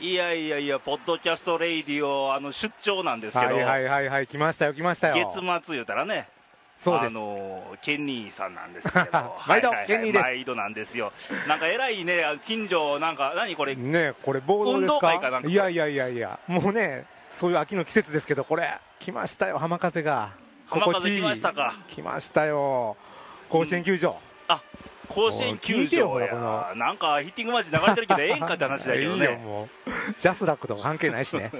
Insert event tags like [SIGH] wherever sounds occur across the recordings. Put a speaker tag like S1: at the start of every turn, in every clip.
S1: いやいやいや、ポッドキャストレイディオ、あの出張なんですけ
S2: は
S1: ど、
S2: いはいはいはい、来ましたよ、来ましたよ。
S1: 月末言うたらね、
S2: そうで
S1: あ
S2: す。、
S1: のケニーさんなんですけど
S2: [LAUGHS] 毎度
S1: はいはいはい
S2: ケニーです
S1: 毎度なんですよ、なんか偉いね、近所、なんか、何これ、
S2: ねえこれ、暴動ですか
S1: 運動会かなんか
S2: いやいやいやいや、もうね、そういう秋の季節ですけど、これ、来ましたよ、浜風が。
S1: 浜風
S2: 心地いい
S1: 来ましたか
S2: 来ましたよ、甲子園球場。
S1: あ甲子園
S2: もう聞
S1: 球
S2: いてよほ
S1: 場
S2: ら
S1: や
S2: この、
S1: なんかヒッティングマッチ流れてるけど、ええんかって話だけど
S2: [LAUGHS] いい
S1: ね、
S2: よ、もう、ジャスダックとか関係ない
S1: [LAUGHS]
S2: しね、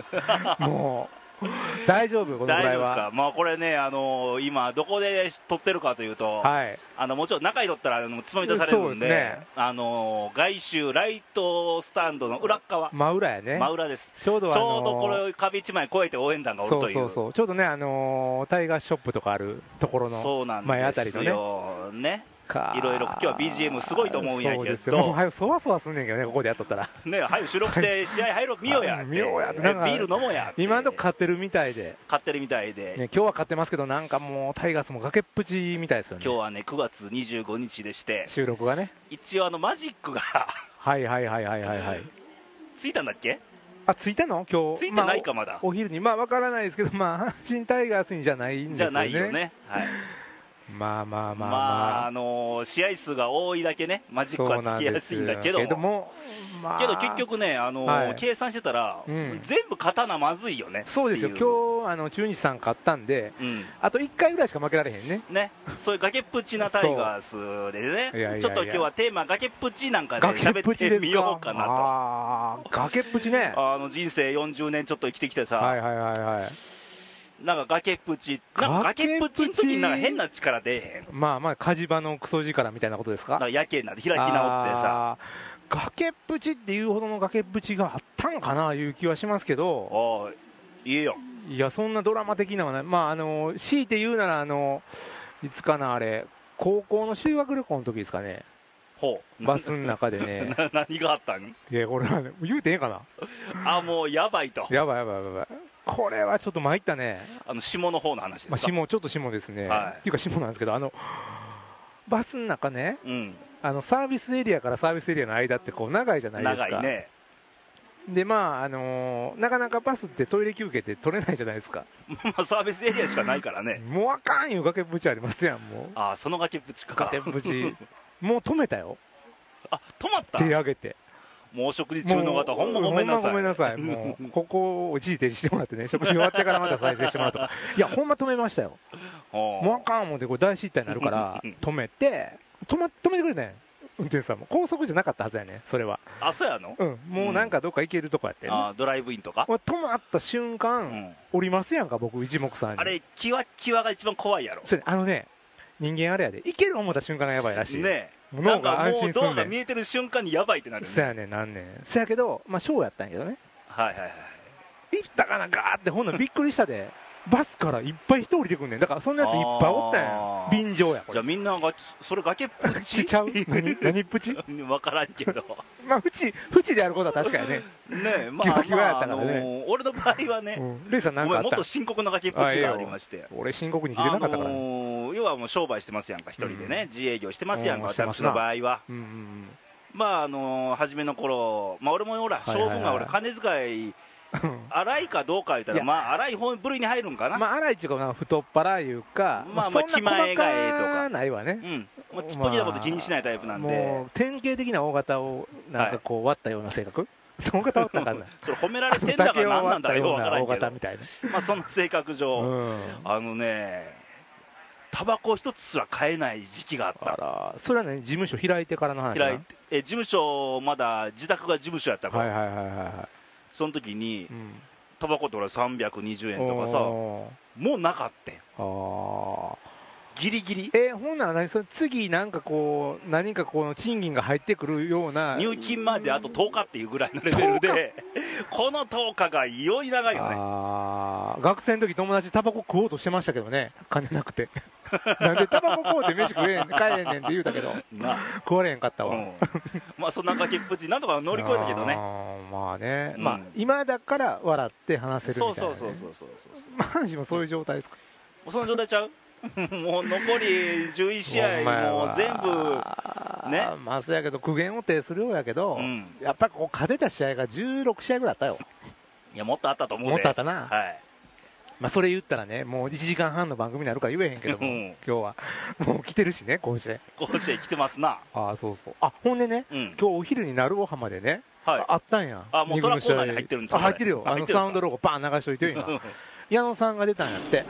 S2: もう、大丈夫、このぐ
S1: 大
S2: らい
S1: 丈夫です
S2: は。
S1: か、まあ、これね、あの今、どこで撮ってるかというと、
S2: はい、
S1: あのもちろん中に取ったらあのつまみ出されるん
S2: そう
S1: で、
S2: ですね
S1: あの外周ライトスタンドの裏っ側、
S2: 真裏やね、
S1: 真裏です。
S2: ちょうど、あ
S1: ちょ
S2: の
S1: うどこれ壁一枚越えて応援団がおる
S2: そ
S1: と
S2: う
S1: いう。
S2: そうそう、ちょうどね、あのータイガーショップとかあるところの、
S1: そうなん
S2: 前あた
S1: で
S2: り
S1: す
S2: のね
S1: よね
S2: か
S1: いろいろ今日は BGM すごいと思うんやけど
S2: そうですよ、もう早くそわそわすんねんけどね、ここでやっとったら、
S1: [LAUGHS] ね早く収
S2: [LAUGHS]
S1: 録して試合入ろう見ようやって
S2: 見ようやって
S1: え
S2: なんか
S1: ビール飲もうやって
S2: 今のとこ勝ってるみたいで、
S1: 買ってるみたいで、
S2: ね、今日は勝ってますけど、なんかもう、タイガースも崖っぷちみたいですよね、
S1: 今日はね9月25日でして
S2: 収録がね、
S1: 一応あのマジックが [LAUGHS]
S2: はいはいはいはいはい、はい
S1: ついたんだっけ
S2: あついたの、今日
S1: ついてないかまだ
S2: あおお昼に、まあわからないですけど、まあ、阪神タイガースにじゃないんです
S1: じ
S2: よね、
S1: ゃないよ、ねはい
S2: まあまあ
S1: ま
S2: ま
S1: あ
S2: あ、
S1: あ、
S2: まあ、
S1: のー試合数が多いだけねマジックはつきやすいんだけど
S2: そうなんですけども、まあ
S1: けど結局ね、あのー
S2: はい
S1: 計算してたら、
S2: うん
S1: 全部刀まずいよね
S2: そうですよ、
S1: ってい
S2: 今日あの中日さん勝ったんで、
S1: うん、
S2: あと1回ぐらいしか負けられへんね、
S1: ね、そういう崖っぷちなタイガースでね、
S2: そういやいやいや
S1: ちょっと今日はテーマ、崖っぷちなんかで
S2: 崖っ
S1: 喋
S2: ぷ
S1: っ
S2: ち
S1: て
S2: です
S1: み
S2: か
S1: ようかなと。
S2: あー崖っぷちね、は
S1: あの人生40年ちょっと生きてきてさ、
S2: いはいはいはい、
S1: なんか崖っぷち、なんか崖っぷちの時になんか変な力出えへん、
S2: まあまあ、火事場のクソ力みたいなことですか、
S1: なんかやけになって開き直ってさ、
S2: あー崖っぷちっていうほどの崖っぷちがあったんかないう気はしますけど、
S1: おい、言えよ、
S2: いや、そんなドラマ的なのはない、まあ、あの強いて言うならあの、いつかな、あれ、高校の修学旅行の時です
S1: [LAUGHS]
S2: かね、
S1: ほう、
S2: バスの中でね、
S1: [LAUGHS] な何があったん
S2: いや、これはね、言うてええかな、
S1: あもうやばいと、
S2: やばいやばいやばい、これはちょっと参ったね。
S1: あの下の方の話で
S2: まあ、
S1: すか、
S2: 下ちょっと下ですね、
S1: はい
S2: っていうか下なんですけどあのバスの中ね
S1: うん、
S2: あのサービスエリアからサービスエリアの間ってこう長いじゃないですか
S1: 長いね、 [LAUGHS]
S2: でまあ、あのーなかなかバスってトイレ休憩って取れないじゃないですか
S1: まあ、サービスエリアしかないからね、
S2: もうあかんいう崖っぷちありますやんも
S1: あその崖っぷち
S2: う
S1: か
S2: 崖っ、ぷちもう止め
S1: [LAUGHS]
S2: たよ
S1: あ止まった、
S2: 手上げて
S1: もうお食事中の方、ほんまごめんなさい。
S2: ほんまごめん
S1: [LAUGHS]
S2: なさいもうここを一時停止してもらってね食事終わってからまた再生してもらうと
S1: [LAUGHS]
S2: かいやほんま止めましたよ
S1: おう
S2: もうあかん思ってこれ大失態になるから止めて止,、ま、止めてくれね運転手さんも高速じゃなかったはずやねそれは
S1: あ、そうやの、
S2: うんもうなんかどっか行けるとこやって、
S1: あドライブインとか、
S2: まあ止まった瞬間、
S1: うん
S2: 降りますやんか僕一目散に
S1: あれ、キワキワが一番怖いやろ。
S2: そうやねあのね人間あれやで行ける思った瞬間がやばいらしい
S1: ねえな
S2: 脳
S1: んか
S2: が安
S1: もう
S2: 心す
S1: ドア
S2: ん
S1: が
S2: ね
S1: 見
S2: ん
S1: えてる瞬間にやばいってなるよ
S2: そ
S1: ね。
S2: やねんなんねんそやけどまあショーやったんやけどね
S1: はいはいはい。
S2: 行ったかなガーってほんならびっくりしたでバスからいっぱい人降りてくんねんだからそんなやついっぱいおったんや
S1: あー
S2: 便乗やこ
S1: じゃあ
S2: れ
S1: みんなが、それ崖っぷ
S2: ち
S1: ち
S2: っちゃう何何っぷち
S1: [LAUGHS] わからんけど。
S2: まあ、縁、縁でやることは確か
S1: [LAUGHS]
S2: やね。
S1: ねえ、ま
S2: キワ
S1: あ、
S2: キワ
S1: ま
S2: やっ
S1: あ、あ
S2: たから
S1: の
S2: ね
S1: ー俺の場合は
S2: う
S1: ね、
S2: ん。レイさん
S1: ご
S2: なん
S1: め
S2: かあ
S1: ん、も
S2: っ
S1: っと
S2: た
S1: 深刻な崖っぷちがありまして。
S2: 俺、深刻に切れ
S1: あ
S2: なかったからね。
S1: のー要はもう商売してますやんか、一人でね、自営業してますやんか、
S2: うんしてま
S1: 私
S2: すな
S1: の場合は。
S2: うんうんうん。
S1: まああの初めの頃まあ俺もほら
S2: はい
S1: 将
S2: はいはい
S1: 軍が俺金遣い荒いかどうか言った
S2: い
S1: ら
S2: や
S1: まあ荒い方部類に入るんかな、
S2: まあ、荒いっていうか、まあ太っ腹いうか、
S1: まあ
S2: そんな
S1: 気前がええとか
S2: 細かないわ
S1: う
S2: ね。
S1: んもうちっぽけなこと気にしないタイプなんで、
S2: もう、典型的な大型を、なんかこう、割ったような性格大型割っ
S1: [LAUGHS]
S2: たかんない。
S1: それ褒められてんだか
S2: 竹を
S1: ら何
S2: 割
S1: なん
S2: っ
S1: だか
S2: た
S1: よう
S2: よ
S1: わ
S2: う
S1: か
S2: な
S1: ら
S2: 大
S1: んけ
S2: 型
S1: ど
S2: みたいな。
S1: まあそんな性格上、
S2: うん。
S1: あのねタバコ一つすら買えない時期があっ
S2: あ
S1: た
S2: ら、それはね、事務所開いてからの話な
S1: 開いてえ事務所まだ自宅が事務所やったから、
S2: はいはいはいはいは
S1: その時に
S2: い。うん。
S1: タバコって俺320円とかさ
S2: お
S1: もうなかったん
S2: ーああ。
S1: ギリギリ
S2: えーほんなら何それ次なんかこう何かこの賃金が入ってくるような
S1: 入金まであと10日っていうぐらいのレベルで、この10日が異様に長いよね、
S2: あー学生の時友達タバコ食おうとしてましたけどね金
S1: [LAUGHS]
S2: なくてなんでタバコ食おうて飯食えへん帰れへんねんって言うたけど
S1: まあ
S2: 食われへんかった
S1: う
S2: わ、
S1: ん、まあそんな崖っぷち、なんとか乗り越えたけど
S2: あ
S1: ね、
S2: ーまあね、
S1: うん
S2: まあ今だから笑って話せる
S1: そ
S2: み
S1: う
S2: たいな、
S1: そう
S2: ね、
S1: そうそうそうそうそう、
S2: まあ阪神もそういう状態ですか
S1: その状態ちゃう [LAUGHS] もう残り11試
S2: ほ
S1: 合
S2: んまやわ
S1: もう全部ね
S2: まあ、そうやけど、苦言を呈するようやけど、
S1: うん
S2: やっぱりこう勝てた試合が16試合ぐらいあったよ、
S1: いやもっとあったと思うで
S2: もっとあったな、
S1: はい
S2: まあ、それ言ったらね、もう1時間半の番組になるから言えへんけども、
S1: うん
S2: 今日は、 [LAUGHS] もう来てるしね、甲子園、
S1: 甲子園来てますな
S2: ああ、そうそう、あほんでね、
S1: うん
S2: 今日お昼に鳴尾浜でね、
S1: はい
S2: ああったんや、
S1: あもうトラコーナーに入ってるんですか
S2: あ入ってるよ、
S1: あ
S2: あ
S1: 入っ
S2: の
S1: てるんですか
S2: サウンドロゴ、バーン流しといてよ、今、矢野さんが出たんやって、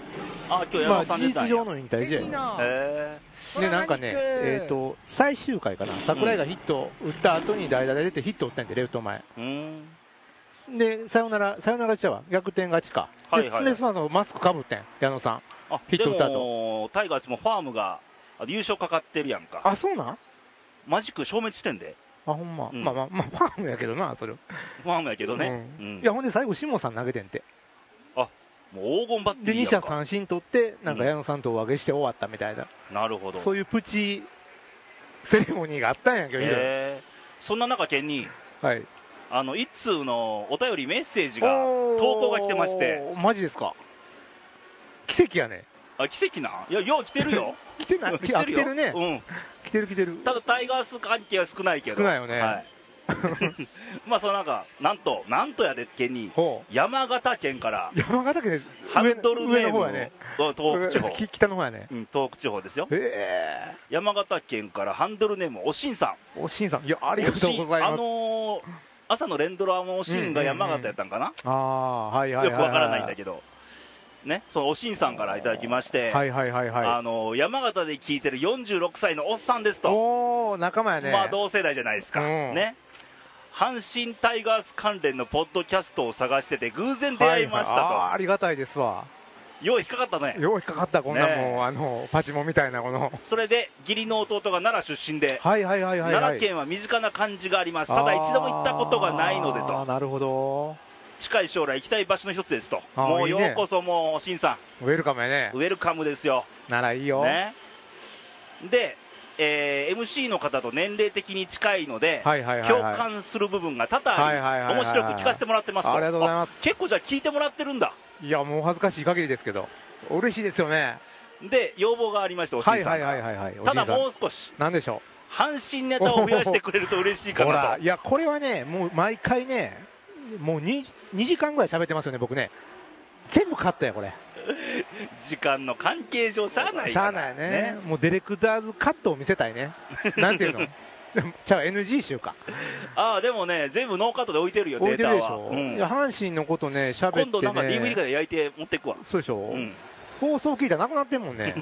S1: あ今日矢
S2: まあ、
S1: 野さん
S2: 事
S1: 出た
S2: 実
S1: んや、
S2: 上の引退試
S1: 哎
S2: 合。
S1: へ
S2: でなんかね、えー、と最終回かな、桜井がヒット打った後に代打で出てヒット打ったんで、レフト前、
S1: えうん
S2: でサヨナラ、サヨナラ勝ちやわ、逆転勝ちか、
S1: はいはいはい
S2: でその後マスクかぶってん、矢野さん、
S1: あ
S2: ヒット打った後
S1: でもタイガースもファームがあの優勝かかってるやんか
S2: あそうなんあ
S1: マジック消滅してんで
S2: ほんま、
S1: うん
S2: まあまあ、まあ、ファームやけどな、それ、
S1: ファームやけどね、
S2: う
S1: うん
S2: んいやほんで最後、下さん投げてんて、
S1: もう黄金バッテ
S2: で
S1: リ
S2: 2
S1: ーや
S2: 者
S1: んか
S2: 三振取って、なんか矢野さんとお分けして終わったみたいな、
S1: なるほど
S2: そういうプチセレモニーがあったんやけど、
S1: へえそんな中県に
S2: はい、
S1: あの一通のお便りメッセージが投稿が来てまして
S2: おー、マジですか、奇跡やね、
S1: あ奇跡なんいやよう来てるよ
S2: 来てな
S1: [LAUGHS]
S2: い、
S1: うん
S2: [LAUGHS] あ来てるね、
S1: うん
S2: 来てる来てる。
S1: ただタイガース関係は少ないけど
S2: 少ないよね
S1: はい、 [LAUGHS] まあそのなんかなんとなんとやで県に
S2: ほう
S1: 山形県から
S2: 山形県で
S1: ハンドルネー
S2: 上の
S1: ムを
S2: 方やね
S1: うん東北地方
S2: き北の方やね
S1: うん東北地方ですよ
S2: え
S1: 山形県からハンドルネームおしんさん
S2: えおしんさんいやありがとうござ
S1: おし
S2: い
S1: んあ
S2: ま
S1: の
S2: す
S1: ー朝の連ドラのおしんが山形やったんかな、
S2: ああーはいはいはい
S1: よくわからないんだ
S2: け
S1: けどねそのおしんさんからいただきまして、
S2: はいはいはいは
S1: あの山形で聞いてる46歳のおっさんです
S2: い
S1: と、
S2: おお仲間やね
S1: まあ同世代じゃないですか、
S2: うん
S1: ね阪神タイガース関連のポッドキャストを探してて偶然出会いましたと、
S2: ははあーありがたいですわ
S1: よう引っかかったね
S2: よう引っかかったこんな
S1: ねえ
S2: もうあのパチモンみたいなこの [LAUGHS]
S1: それで義理の弟が奈良出身で、
S2: はいはいはいはいはい
S1: 奈良県は身近な感じがありますただ一度も行ったことがないので
S2: あー
S1: と
S2: なるほど
S1: 近い将来行きたい場所の一つですと
S2: あー
S1: もう
S2: いい
S1: よ
S2: ね
S1: うこそもうおしんさ
S2: ウェルカムやね
S1: んウェルカムですよ
S2: ならいいよ
S1: ね、で、えー MC の方と年齢的に近いので、
S2: はいはいはい
S1: 共
S2: はい
S1: 感する部分が多々
S2: はいはいはい
S1: あ
S2: はい
S1: り面白く聞かせてもらってますと
S2: ありがとうございます
S1: あ結構じゃあ聞いてもらってるんだ
S2: いやもう恥ずかしい限りですけど嬉しいですよね
S1: で要望がありましておしんさ
S2: は
S1: ん
S2: い
S1: が、
S2: はいはいはいはいおしん
S1: た
S2: さん
S1: だもう少し
S2: なんでしょ
S1: 阪神ネタを増やしてくれると嬉しいうか
S2: ほら
S1: ない
S2: やこれはねもう毎回ねもう 2, 2時間ぐらい喋ってますよね僕ね全部カットやこれ
S1: と時間の関係上しゃあない
S2: しゃ
S1: か
S2: あ
S1: ら
S2: ないねもうディレクターズカットを見せた
S1: [LAUGHS]
S2: いねなんていうのでもじゃあ NG 集か
S1: ああでもね全部ノーカットで置いてるよ
S2: 置いてる
S1: デー
S2: でし
S1: タは
S2: ょ、、
S1: う
S2: いや
S1: ん、
S2: 阪神のことね喋ってね
S1: 今度なんか DVD かで焼いて持ってくわ、
S2: そうでしょ、
S1: うん、
S2: 放送聞いたらなくなってんも
S1: [LAUGHS]
S2: んね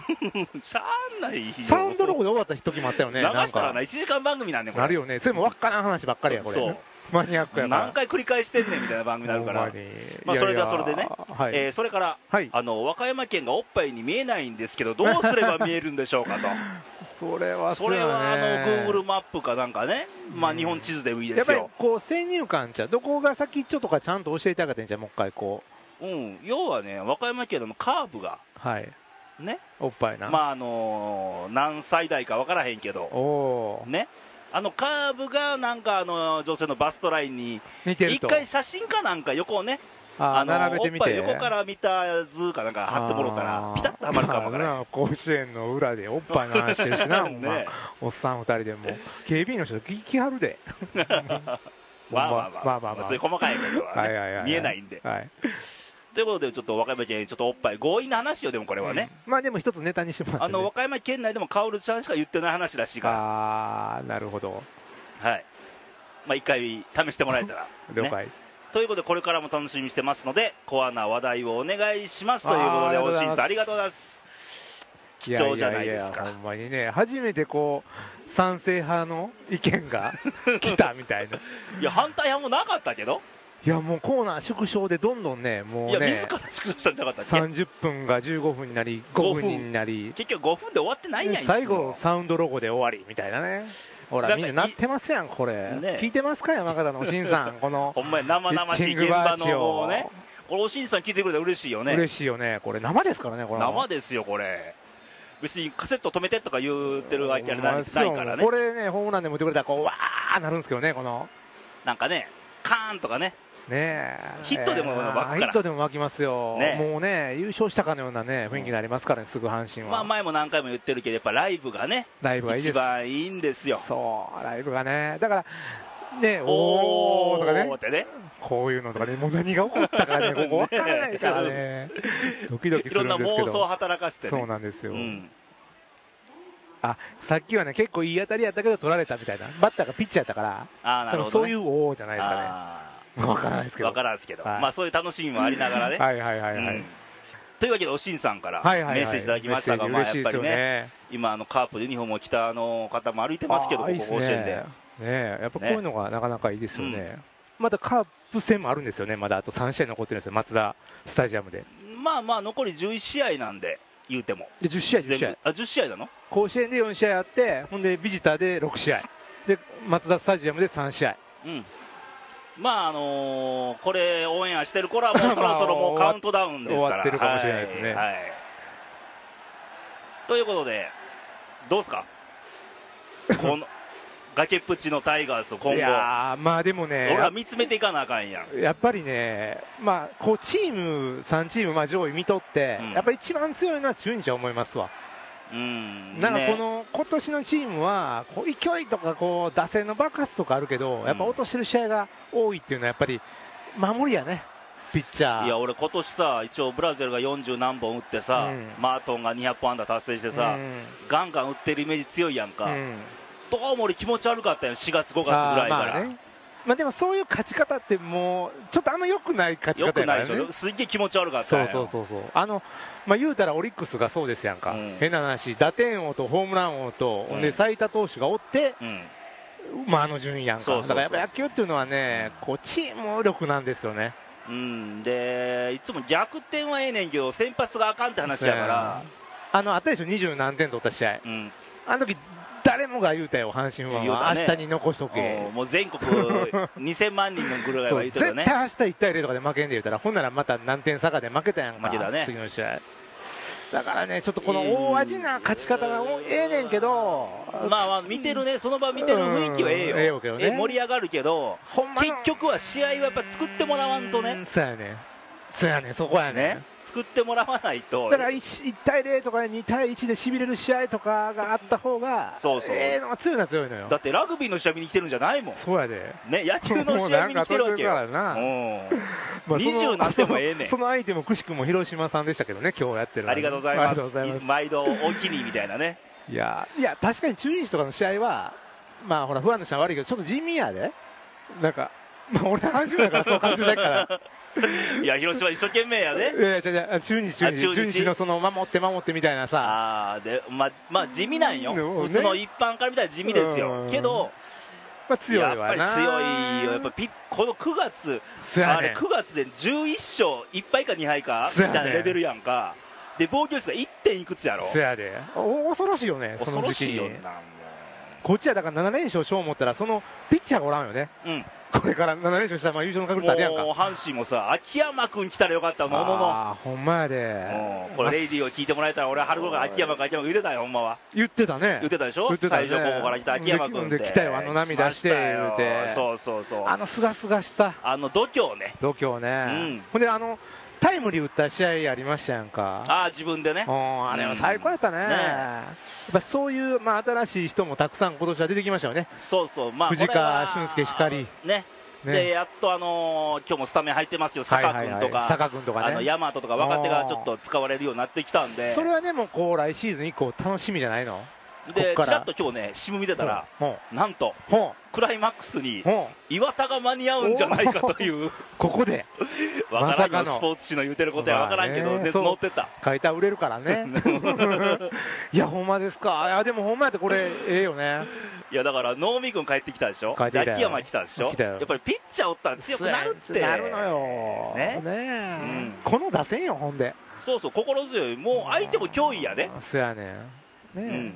S1: しゃあないよ
S2: サウンドロゴで終わった時もあったよね
S1: 流したら
S2: な
S1: なん
S2: か
S1: 1時間番組なんねこれ
S2: なるよねそれもわっからん話ばっかりやこれ
S1: そう
S2: マニアックやから
S1: 何回繰り返してんねんみたいな番組になるから、
S2: ほんまに
S1: まあ
S2: いやいや
S1: それでそれでね
S2: はい、
S1: えーそれから
S2: はい
S1: あの和歌山県がおっぱいに見えないんですけどどうすれば見えるんでしょう
S2: [LAUGHS]
S1: か
S2: それは
S1: とそれはあの Google マップかなんかね、まあ、日本地図でもいいで
S2: やっ
S1: す
S2: ぱり
S1: よ、
S2: こう先入観じゃうどこが先っちょとかちゃんと教えてあげてんじゃんもう一回こう
S1: うん、要はね和歌山県のカーブが
S2: はい
S1: ね
S2: おっぱいな、
S1: まああのー何歳代か分からへんけど
S2: おおー
S1: ねあのカーブがなんかあの女性のバストラインに
S2: 似てる
S1: 一
S2: と
S1: 回写真かなんか横をね
S2: あ
S1: あ
S2: あ
S1: の
S2: 並べてみ
S1: おってぱい横から見た図かなんか貼ってもろうたらピタッとはまるかもわからへん
S2: ら甲子園の裏でおっぱいの話してる
S1: [LAUGHS]
S2: しな、ほんま
S1: ね
S2: おっさん二人でもう警備員の人聞きはる
S1: [LAUGHS]
S2: で
S1: まあまあまあ、
S2: まあまあまあ
S1: そういう細かいことは,、ね
S2: はいはいはいはい
S1: 見えないんで。
S2: はい
S1: ということで、ちょっと和歌山県、ちょっとおっぱい、強引な話よ、でもこれはね、
S2: うんまあでも一つネタにしてもらって、ね、
S1: あの和歌山県内でも薫ちゃんしか言ってない話らしいか
S2: あーなるほど
S1: ら、はいまあ、一回試してもらえたら。
S2: [LAUGHS] 了
S1: ね
S2: 解、
S1: ということで、これからも楽しみにしてますので、コアな話題をお願いしますということで、
S2: あー
S1: おしんさん、あ
S2: あ
S1: り
S2: り
S1: が
S2: が
S1: と
S2: と
S1: うご
S2: う
S1: ざいます。貴重じゃないですか。
S2: やややほんまにね初めてこう賛成派の意見が [LAUGHS] 来たみたいない
S1: や、反対派もなかったけど、
S2: いやもうコーナー縮小でどんどんねも
S1: いうや、
S2: ね
S1: 自ら縮小したんじゃなかったっけ
S2: 30分が15分になり5分になり
S1: 結局5分で終わってないんやん、いつも
S2: 最後サウンドロゴで終わりみたいなねほ
S1: なん
S2: らみ
S1: か
S2: んななってますやんこれ
S1: ね
S2: 聞いてますか山形のおしんさ
S1: [LAUGHS]
S2: んこの
S1: ほんまに生々しい現場のもうね、これ、おしんさん聞いてくれたら嬉しいよね。
S2: 嬉しいよねこれ生ですからねこれ
S1: 生ですよ、これ。別にカセット止めてとか言ってる相手あれないないからね
S2: こ。れねホームランでも打ってくれたらこうわーなるんですけどねこの
S1: なんかね、カーンとかね、
S2: ねえ
S1: ヒットでも湧くから
S2: ヒットでも湧きますよ、
S1: ねえ
S2: もうね、優勝したかのような、ね、雰囲気になりますからね、すぐ阪神は、
S1: まあ前も何回も言ってるけど、やっぱライブがね、
S2: ライブがいい
S1: 一
S2: です、
S1: 番いいんですよ。
S2: そう、ライブがね、だから、ね、おーとかね
S1: おー、ってね、
S2: こういうのとかね、もう何が起こった
S1: [LAUGHS]
S2: かね、ここ分からないからね、ドキドキ
S1: い
S2: す
S1: ろ
S2: る
S1: ん
S2: ん
S1: な
S2: ですけ
S1: 妄想を
S2: ど、
S1: 働かせて
S2: そう
S1: ね。
S2: なんですよ、
S1: うん
S2: あさっきはね、結構いい当たりやったけど、取られたみたいな、バッターがピッチャーやったから、
S1: ああ、な
S2: 多
S1: る
S2: 分
S1: ほ
S2: そ
S1: ど
S2: う
S1: ね。
S2: いうおーじゃないですか
S1: あ
S2: ね、分からないです
S1: ー
S2: けど、
S1: わからんすけど、
S2: はい
S1: まあそういう楽しみもありながらね。
S2: はいはいはいはい。
S1: うんというわけで、おしんさんから
S2: はいはいはい
S1: メッセージいただきましたが、
S2: メッセージ
S1: やっぱり
S2: 嬉しいですよ
S1: ね、今、あのカープでユニフォームを着たあの方も歩いてますけど、
S2: あ
S1: こ
S2: ー
S1: こ甲子園
S2: いい
S1: で
S2: っ。すねねえやっぱこういうのがなかなかいいですよねまだカープ戦もあるんですよねまだあと3試合残ってるんですよマツダスタジアムで
S1: まあまあ、残り11試合なんで、言うても。
S2: で10試合10
S1: 全
S2: 試
S1: 部
S2: 合
S1: あ10試合なの
S2: 甲子園で4試合あってほんでビジターで6試合でマツダスタジアムで3試合
S1: うん。まあ、あのーこれ、オンエアしてる頃は、
S2: [LAUGHS]
S1: もうそろそろもうカウントダウンですから。
S2: 終わってるかもしれないですね
S1: はいはいということで、どう
S2: [LAUGHS]
S1: すかこの、崖っぷちのタイガースを今
S2: い
S1: 後、
S2: やーまあでもね
S1: 俺は見つめていかなあかんやん。
S2: やっぱりね、まあ、こうチーム3チーム、まあ、上位見とって、
S1: うん
S2: やっぱり一番強いのは中日は思いますわ、
S1: うん。
S2: なんか
S1: ね
S2: この今年のチームはこう勢いとかこう打線の爆発とかあるけどやっぱ落としてる試合が多いっていうのはやっぱり守りやね、ピッチャー。
S1: いや俺、今年さ一応ブラジルが40何本打ってさ、
S2: うん
S1: マートンが200本安打達成してさ、
S2: うん
S1: ガンガン打ってるイメージ強いやんか、
S2: うん
S1: どうも俺気持ち悪かったよ4月5月ぐ
S2: あ
S1: ら
S2: ー
S1: いか
S2: ま
S1: ら、
S2: あねまあ、でもそういう勝ち方ってもうちょっとあんま良くない勝ち
S1: よ
S2: 方
S1: く
S2: やか
S1: ない
S2: ら
S1: でし
S2: ね。
S1: ょ、すっげえ気持ち悪かった
S2: そ
S1: よ
S2: うそうそうそうあの、まあ、言うたらオリックスがそうですやんか、
S1: うん
S2: 変な話、打点王とホームラン王と、
S1: うん
S2: で最多投手がおって、
S1: うん、
S2: まあ、あの順位やんか
S1: そうそうそう
S2: だからやっぱ野球っていうのはね、こうチーム力なんですよね。
S1: うん、でいつも逆転はええねんけど先発があかんって話やから、
S2: あのあったでしょ、20何点取った試合、
S1: うん
S2: あの時誰もが言うたよ、阪神ファンは、
S1: 言うた
S2: 明
S1: ね
S2: 日に残しとけ、
S1: もう全
S2: [LAUGHS]
S1: 国2000万人のぐらい
S2: そ
S1: は
S2: う
S1: 言っ
S2: 絶
S1: てたね
S2: 対明日1対0とかで負けんで言うたら、ほんならまた何点差かで負けたやんか、
S1: 負けたね
S2: 次の試合。だからね、ちょっとこの大味な勝ち方がおええねんけど、
S1: まあまあ見てるねその場見てる雰囲気はええよ,、
S2: うんええよけどね
S1: 盛り上がるけど
S2: ほんまの
S1: 結局は試合はやっぱ作ってもらわんとね
S2: うそうやねそうやねそこやね
S1: ね、作ってもらわないと
S2: だから 1, 1対0とか2対1でしびれる試合とかがあった方が
S1: そうそう
S2: ええのが強いのは強いのよ
S1: だってラグビーの試合見に来てるんじゃないもん、
S2: そうやで
S1: ね、野球の試合見に来てるわけよ
S2: もうなんか途中からな
S1: う
S2: まあその
S1: 20なんでもええねん
S2: その相手もくしくも広島さんでしたけどね今日やってる
S1: ん
S2: の
S1: あ
S2: は
S1: り
S2: ね
S1: がとうござい
S2: あ
S1: ま
S2: り
S1: す
S2: がとうございます
S1: 毎度お気にみたいなね
S2: いやいや確かに中日とかの試合はまあほら不安の人は悪いけどちょっと地味やでなんかまあ俺の話だからそう感じだから
S1: [LAUGHS] いや広島一生懸命やで
S2: いやいやいや中日中
S1: あ
S2: 日
S1: 中日
S2: 中日のその守って守ってみたいなさ
S1: あーでままあ地味なんよ、
S2: でも
S1: 普
S2: ね
S1: 通の一般から見たら地味ですよ、
S2: うん
S1: けど
S2: まあ強い
S1: や
S2: わな
S1: っぱり強いよやっぱピッこの9月
S2: そうや
S1: あ
S2: ね
S1: れ9月で11勝1敗か2敗か
S2: そ
S1: み
S2: う
S1: た
S2: や
S1: い
S2: ね
S1: なレベルやんかで防御率が1点いくつやろ
S2: そやでお恐ろしいよねそ
S1: 恐
S2: の
S1: ろ
S2: 時期
S1: しいよ
S2: に
S1: なも
S2: こっちはだから7連勝しよう思ったらそのピッチャーがおらんよね
S1: ううん
S2: これから7連勝したらまあ優勝の確率あるやんか
S1: もう阪神もさ秋山君来たらよかったものの
S2: ああほんまやで
S1: もうこれレイディーを聞いてもらえたら俺は春頃から秋山君秋山君言ってたよほんまは
S2: 言ってたね
S1: 言ってたでしょ、
S2: 言ってたね
S1: 最初ここから来た秋山君って
S2: で来たよあの涙して
S1: 来ましたよ
S2: 言うて
S1: そうそうそう
S2: あのすがすがしさ
S1: あの度胸ね
S2: 度胸
S1: うん
S2: ねほんであのタイムリー打った試合ありましたやんか
S1: ああ自分でね
S2: うんあれは最高やったね
S1: ね
S2: やっぱそういうまあ新しい人もたくさん今年は出てきましたよね
S1: そうそうまあ
S2: 藤
S1: こ
S2: 川
S1: れは
S2: 俊介光
S1: ねで
S2: ね
S1: やっとあのー今日もスタメン入ってますけど
S2: はい
S1: 坂
S2: はい
S1: 君
S2: はい
S1: とか
S2: 坂君とか
S1: あの
S2: ね
S1: ヤマトとか若手がちょっと使われるようになってきたんで
S2: それはねもうこう来シーズン以降楽しみじゃないの
S1: で
S2: こっから
S1: ちらっと今日ね新聞見てたら、
S2: ほう
S1: なんと
S2: ほ
S1: クライマックスに
S2: うほ
S1: 岩田が間に合うんじゃないかという
S2: うここで
S1: [LAUGHS] わからん
S2: まさか
S1: よ
S2: の
S1: スポーツ紙の言うてることやわからんけど、
S2: まあね
S1: で
S2: そう
S1: 乗ってた [LAUGHS]
S2: 書いたら売れるからねいやほんまですかいやでもほんまやってこれええよね
S1: いやだから能見君帰ってきたでしょ
S2: 帰ってきたよ
S1: で秋山来たでしょ
S2: 来たよ
S1: やっぱりピッチャーおったら [LAUGHS] 強くなるって
S2: なるのよ
S1: ね
S2: え
S1: うん
S2: この打線よほんで
S1: そうそう心強いもう相手も脅威やで、
S2: そやねん
S1: う
S2: ね
S1: ん
S2: え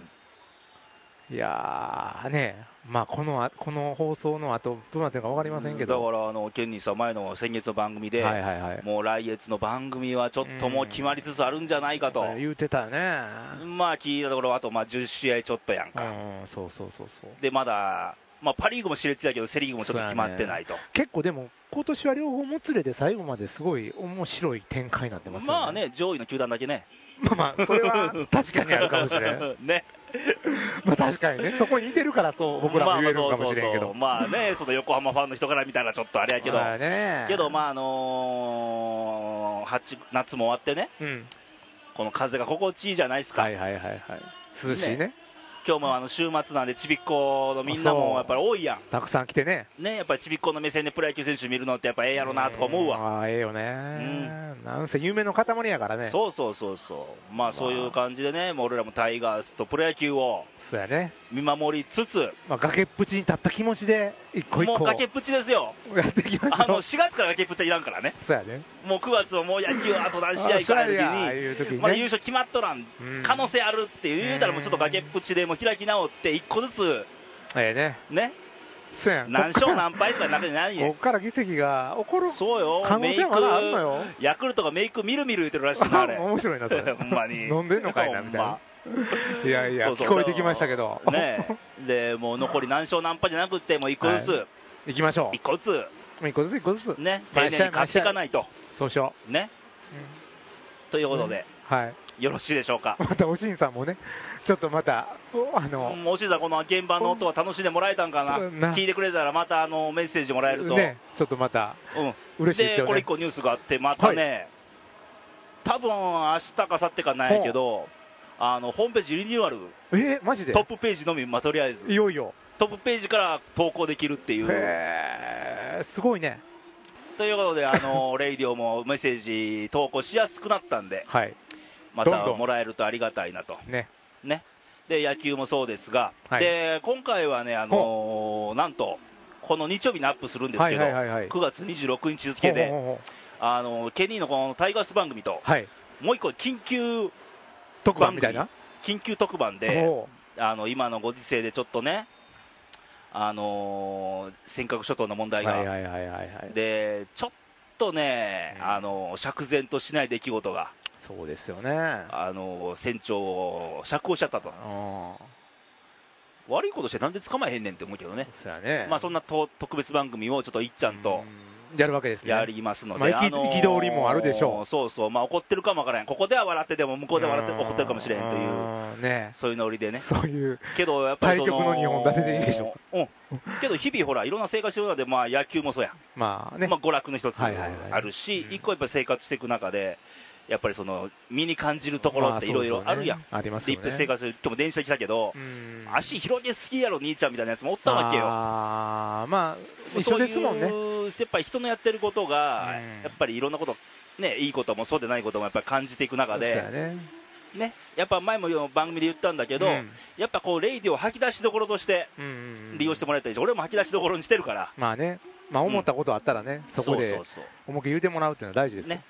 S2: いやーねえまあこのあこの放送の後どうなってるか分かりませんけど
S1: だからあのケンニーさん前の先月の番組で、
S2: はいはいはい
S1: もう来月の番組はちょっともう決まりつつあるんじゃないかと、
S2: 言うてたよね
S1: まあ聞いたところあとまあ10試合ちょっとやん
S2: う
S1: か、
S2: んそうそうそうそう
S1: でまだまあ、パ・リーグも熾烈だけど、セ・リーグもちょっと決まってないと、
S2: 結構でも今年は両方もつれて最後まですごい面白い展開になってますよね。
S1: まあね、上位の球団だけね、
S2: まあまあそれ
S1: [LAUGHS]
S2: は確かにあるかもしれん。
S1: ね
S2: まあ確かにねそこに似てるからそう僕らも言えるのかもしれんけど。
S1: まあまあそうそうそうまあね、 [LAUGHS] その横浜ファンの人から見たらちょっとあれやけど、
S2: まあね
S1: けど、まああのー八夏も終わってね、
S2: うん
S1: この風が心地いいじゃないですか、
S2: はいはいはいはい涼しいね
S1: 今日もあの週末なんで、ちびっ子のみんなもやっぱり多いや
S2: たくさん来てね。
S1: ん、ね、やっぱりちびっ子の目線でプロ野球選手見るのって、やっぱええやろなとか思うわ、
S2: ああええよね、なんせ夢の塊やからね。そ
S1: そうそうそうそう、まあそういう感じでね、もう俺らもタイガースとプロ野球を
S2: うやね。
S1: 見守りつつ、
S2: まあ崖っぷちに立った気持ちで一個一
S1: もう
S2: 個
S1: 崖っぷちですよ、
S2: やっていきまし
S1: あ
S2: ょ
S1: の
S2: [LAUGHS] う。
S1: 4月から崖っぷちはいらんからね、
S2: そうやね。
S1: もう9月ももう野球あと何試合
S2: あそ
S1: か
S2: う
S1: ら
S2: や
S1: の時
S2: や
S1: に、
S2: いう時にね。
S1: まだ優勝決まっとらん、
S2: うん
S1: 可能性あるっていう言うたら、もうちょっと崖っぷちでもう開き直って、一個ずつ
S2: ええね。 [LAUGHS]
S1: ね、
S2: そうやん。
S1: 何
S2: こ
S1: 勝
S2: っから
S1: 何敗とかなくてない
S2: こ
S1: ね
S2: っから議席が起こる
S1: そうよ、
S2: 可能性はまだあるのよ。
S1: ヤクルトがメイクみるみる言ってるらしい
S2: [LAUGHS]
S1: な、あれ。
S2: 面白いな、
S1: [LAUGHS]
S2: それ。
S1: ほんまに
S2: 飲んでんのかいな、みたい
S1: ほん
S2: な
S1: ま。
S2: いやいや、
S1: そうそう
S2: 聞こえてきましたけど。
S1: ねでもう残り何勝何敗じゃなくて、もう一個ずつ、
S2: は [LAUGHS] 行きましょ
S1: 一個ず
S2: う。一個ずつ一個ずつ
S1: つ、。ね、丁
S2: 毎
S1: 寧
S2: 試合
S1: に勝っていかないと、
S2: そうしよ
S1: ね。
S2: う。うん
S1: ということで、
S2: はい。
S1: よろしいでしょうか。
S2: また、おしんさんもね、ちょっとまた、おあの、
S1: もしさん、この現場の音は楽しんでもらえたんかな、
S2: な
S1: 聞いてくれたら、またあのメッセージもらえると、
S2: ね、ちょっとまた、
S1: うん、
S2: 嬉しいです
S1: で
S2: よ
S1: これ一
S2: ね。
S1: 個ニュースがあってまたね、多分明日か明後日かないけどあのホームページリニューアル
S2: え、マジで
S1: トップページのみ、まあ、とりあえず
S2: いよいよ。
S1: トップページから投稿できるっていう
S2: へー、すごいね。
S1: ということであのレイディオもメッセージ投稿しやすくなったんで
S2: はい。
S1: また
S2: どんどん
S1: もらえるとありがたいなと
S2: ね。
S1: ねで野球もそうですが、
S2: はい
S1: で今回はねあのなんとこの日曜日にアップするんです
S2: は
S1: け
S2: い
S1: ど、
S2: はいはいはい。
S1: 9月26日付で
S2: ほうほうほうほ
S1: あのケニーのこのタイガース番組と
S2: うはい。
S1: もう一個緊急
S2: 特番みたいな。
S1: 緊急特番で、
S2: ほ
S1: あの今のご時世でちょっとね、あのー尖閣諸島の問
S2: うは
S1: 題
S2: い
S1: が、
S2: はいはいはいはい。
S1: でちょっとね、
S2: うん
S1: あのー釈然としない出来事が、
S2: そうですよね。
S1: あのー船長を釈放しちゃったと、
S2: うん。
S1: 悪いことしてなんで捕まえへんねんって思うけどね、
S2: そうやね。
S1: まあ、そんなと特別番組をちょっといっちゃんと。
S2: うんやるわけですね。
S1: やりますの
S2: まあ
S1: で、
S2: 憤憤りもあるでしょう
S1: そうそう、まあ、怒ってるかもわからん、ここでは笑ってても、向こうでは笑って
S2: うん
S1: 怒ってるかもしれへんという、
S2: んね
S1: そういうノリでね、
S2: そういう、
S1: けどやっぱりその
S2: 対局の日本立てでいいでしょ、
S1: うん、けど日々ほらいろんな生活してるので、まあ、野球もそうや、
S2: まあね、
S1: まあ、娯楽の一つ
S2: はいはいはい
S1: あるし、
S2: うん
S1: 一個やっぱり生活していく中でやっぱりその身に感じるところっていろいろあるやん、
S2: まあそうですよねあります
S1: リ
S2: よ
S1: ッ
S2: ね。
S1: プ生活今日も電車来たけど、
S2: うん
S1: 足広げすぎやろ兄ちゃんみたいなやつもおったわけよ
S2: あーまあ、一緒ですもんね。
S1: そういうやっぱり人のやってることが、
S2: うん
S1: やっぱりいろんなことねいいこともそうでないこともやっぱり感じていく中
S2: そうや
S1: で
S2: ね。
S1: ねやっぱ前も番組で言ったんだけ
S2: け
S1: ど、やっぱこうレイディを吐き出しどころとして利用して
S2: も
S1: もらえたりして俺も吐き出しどころにしてるから
S2: まあね、まあ思ったことあったらね、そこで
S1: うそう
S2: 思いっきり言うてもらうっていうのは大事ですよ
S1: ね。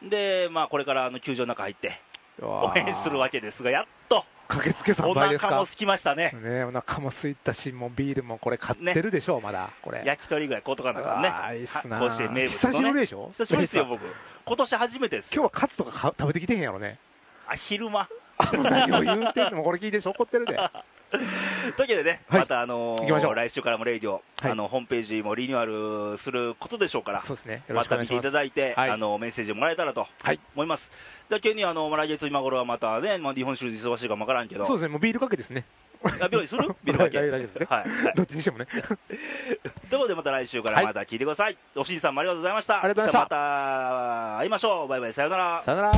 S1: そうでまあこれからあの球場の中入って応援するわ
S2: け。
S1: けですがやっと
S2: 駆けつけ3
S1: お
S2: 倍です
S1: 腹も
S2: か。
S1: 空きましたね
S2: ね、お腹も空いたし、もうビールもこれ買ってるでしょう、まだ、これ。
S1: 焼き鳥ぐらいこうとかなあかんね
S2: あーいいっすな
S1: は甲子園名物
S2: 久しぶ
S1: の
S2: り
S1: ね
S2: でしょ
S1: 久しぶりですよ僕今年初めてです
S2: 今
S1: よ
S2: 日はカツとかか食べてきてへんやろ
S1: [LAUGHS]
S2: ね
S1: あ昼間
S2: あんなを言うてんのもこれ聞いてしょ怒ってるで
S1: [LAUGHS] というわけでね
S2: はい
S1: またあのー
S2: 行きましょう
S1: 来週からもレイディオ
S2: はい
S1: あのホームページもリニューアルすることでしょうから
S2: そうですねよろ
S1: ま
S2: しくお
S1: た
S2: 願
S1: 見
S2: いして
S1: い
S2: ま
S1: た
S2: す
S1: だいて、
S2: はい
S1: あのメッセージもらえたらと
S2: はい
S1: 思います、じゃあ、急にあの来月今頃はまたね、まあ、日本酒忙しいかもわからんけど、
S2: そうですねもうビールかけです
S1: [LAUGHS]
S2: ね
S1: あ病院
S2: [LAUGHS]
S1: するビルだけ。
S2: 来月ね
S1: はい。はい
S2: どっちにしてもね
S1: ということで、また来週か
S2: は
S1: ら
S2: い
S1: また聞いてください。おしんさんもありがとうございました。
S2: ありがとうございました
S1: また会いましょう。バイバイ、さようなら。
S2: さよなら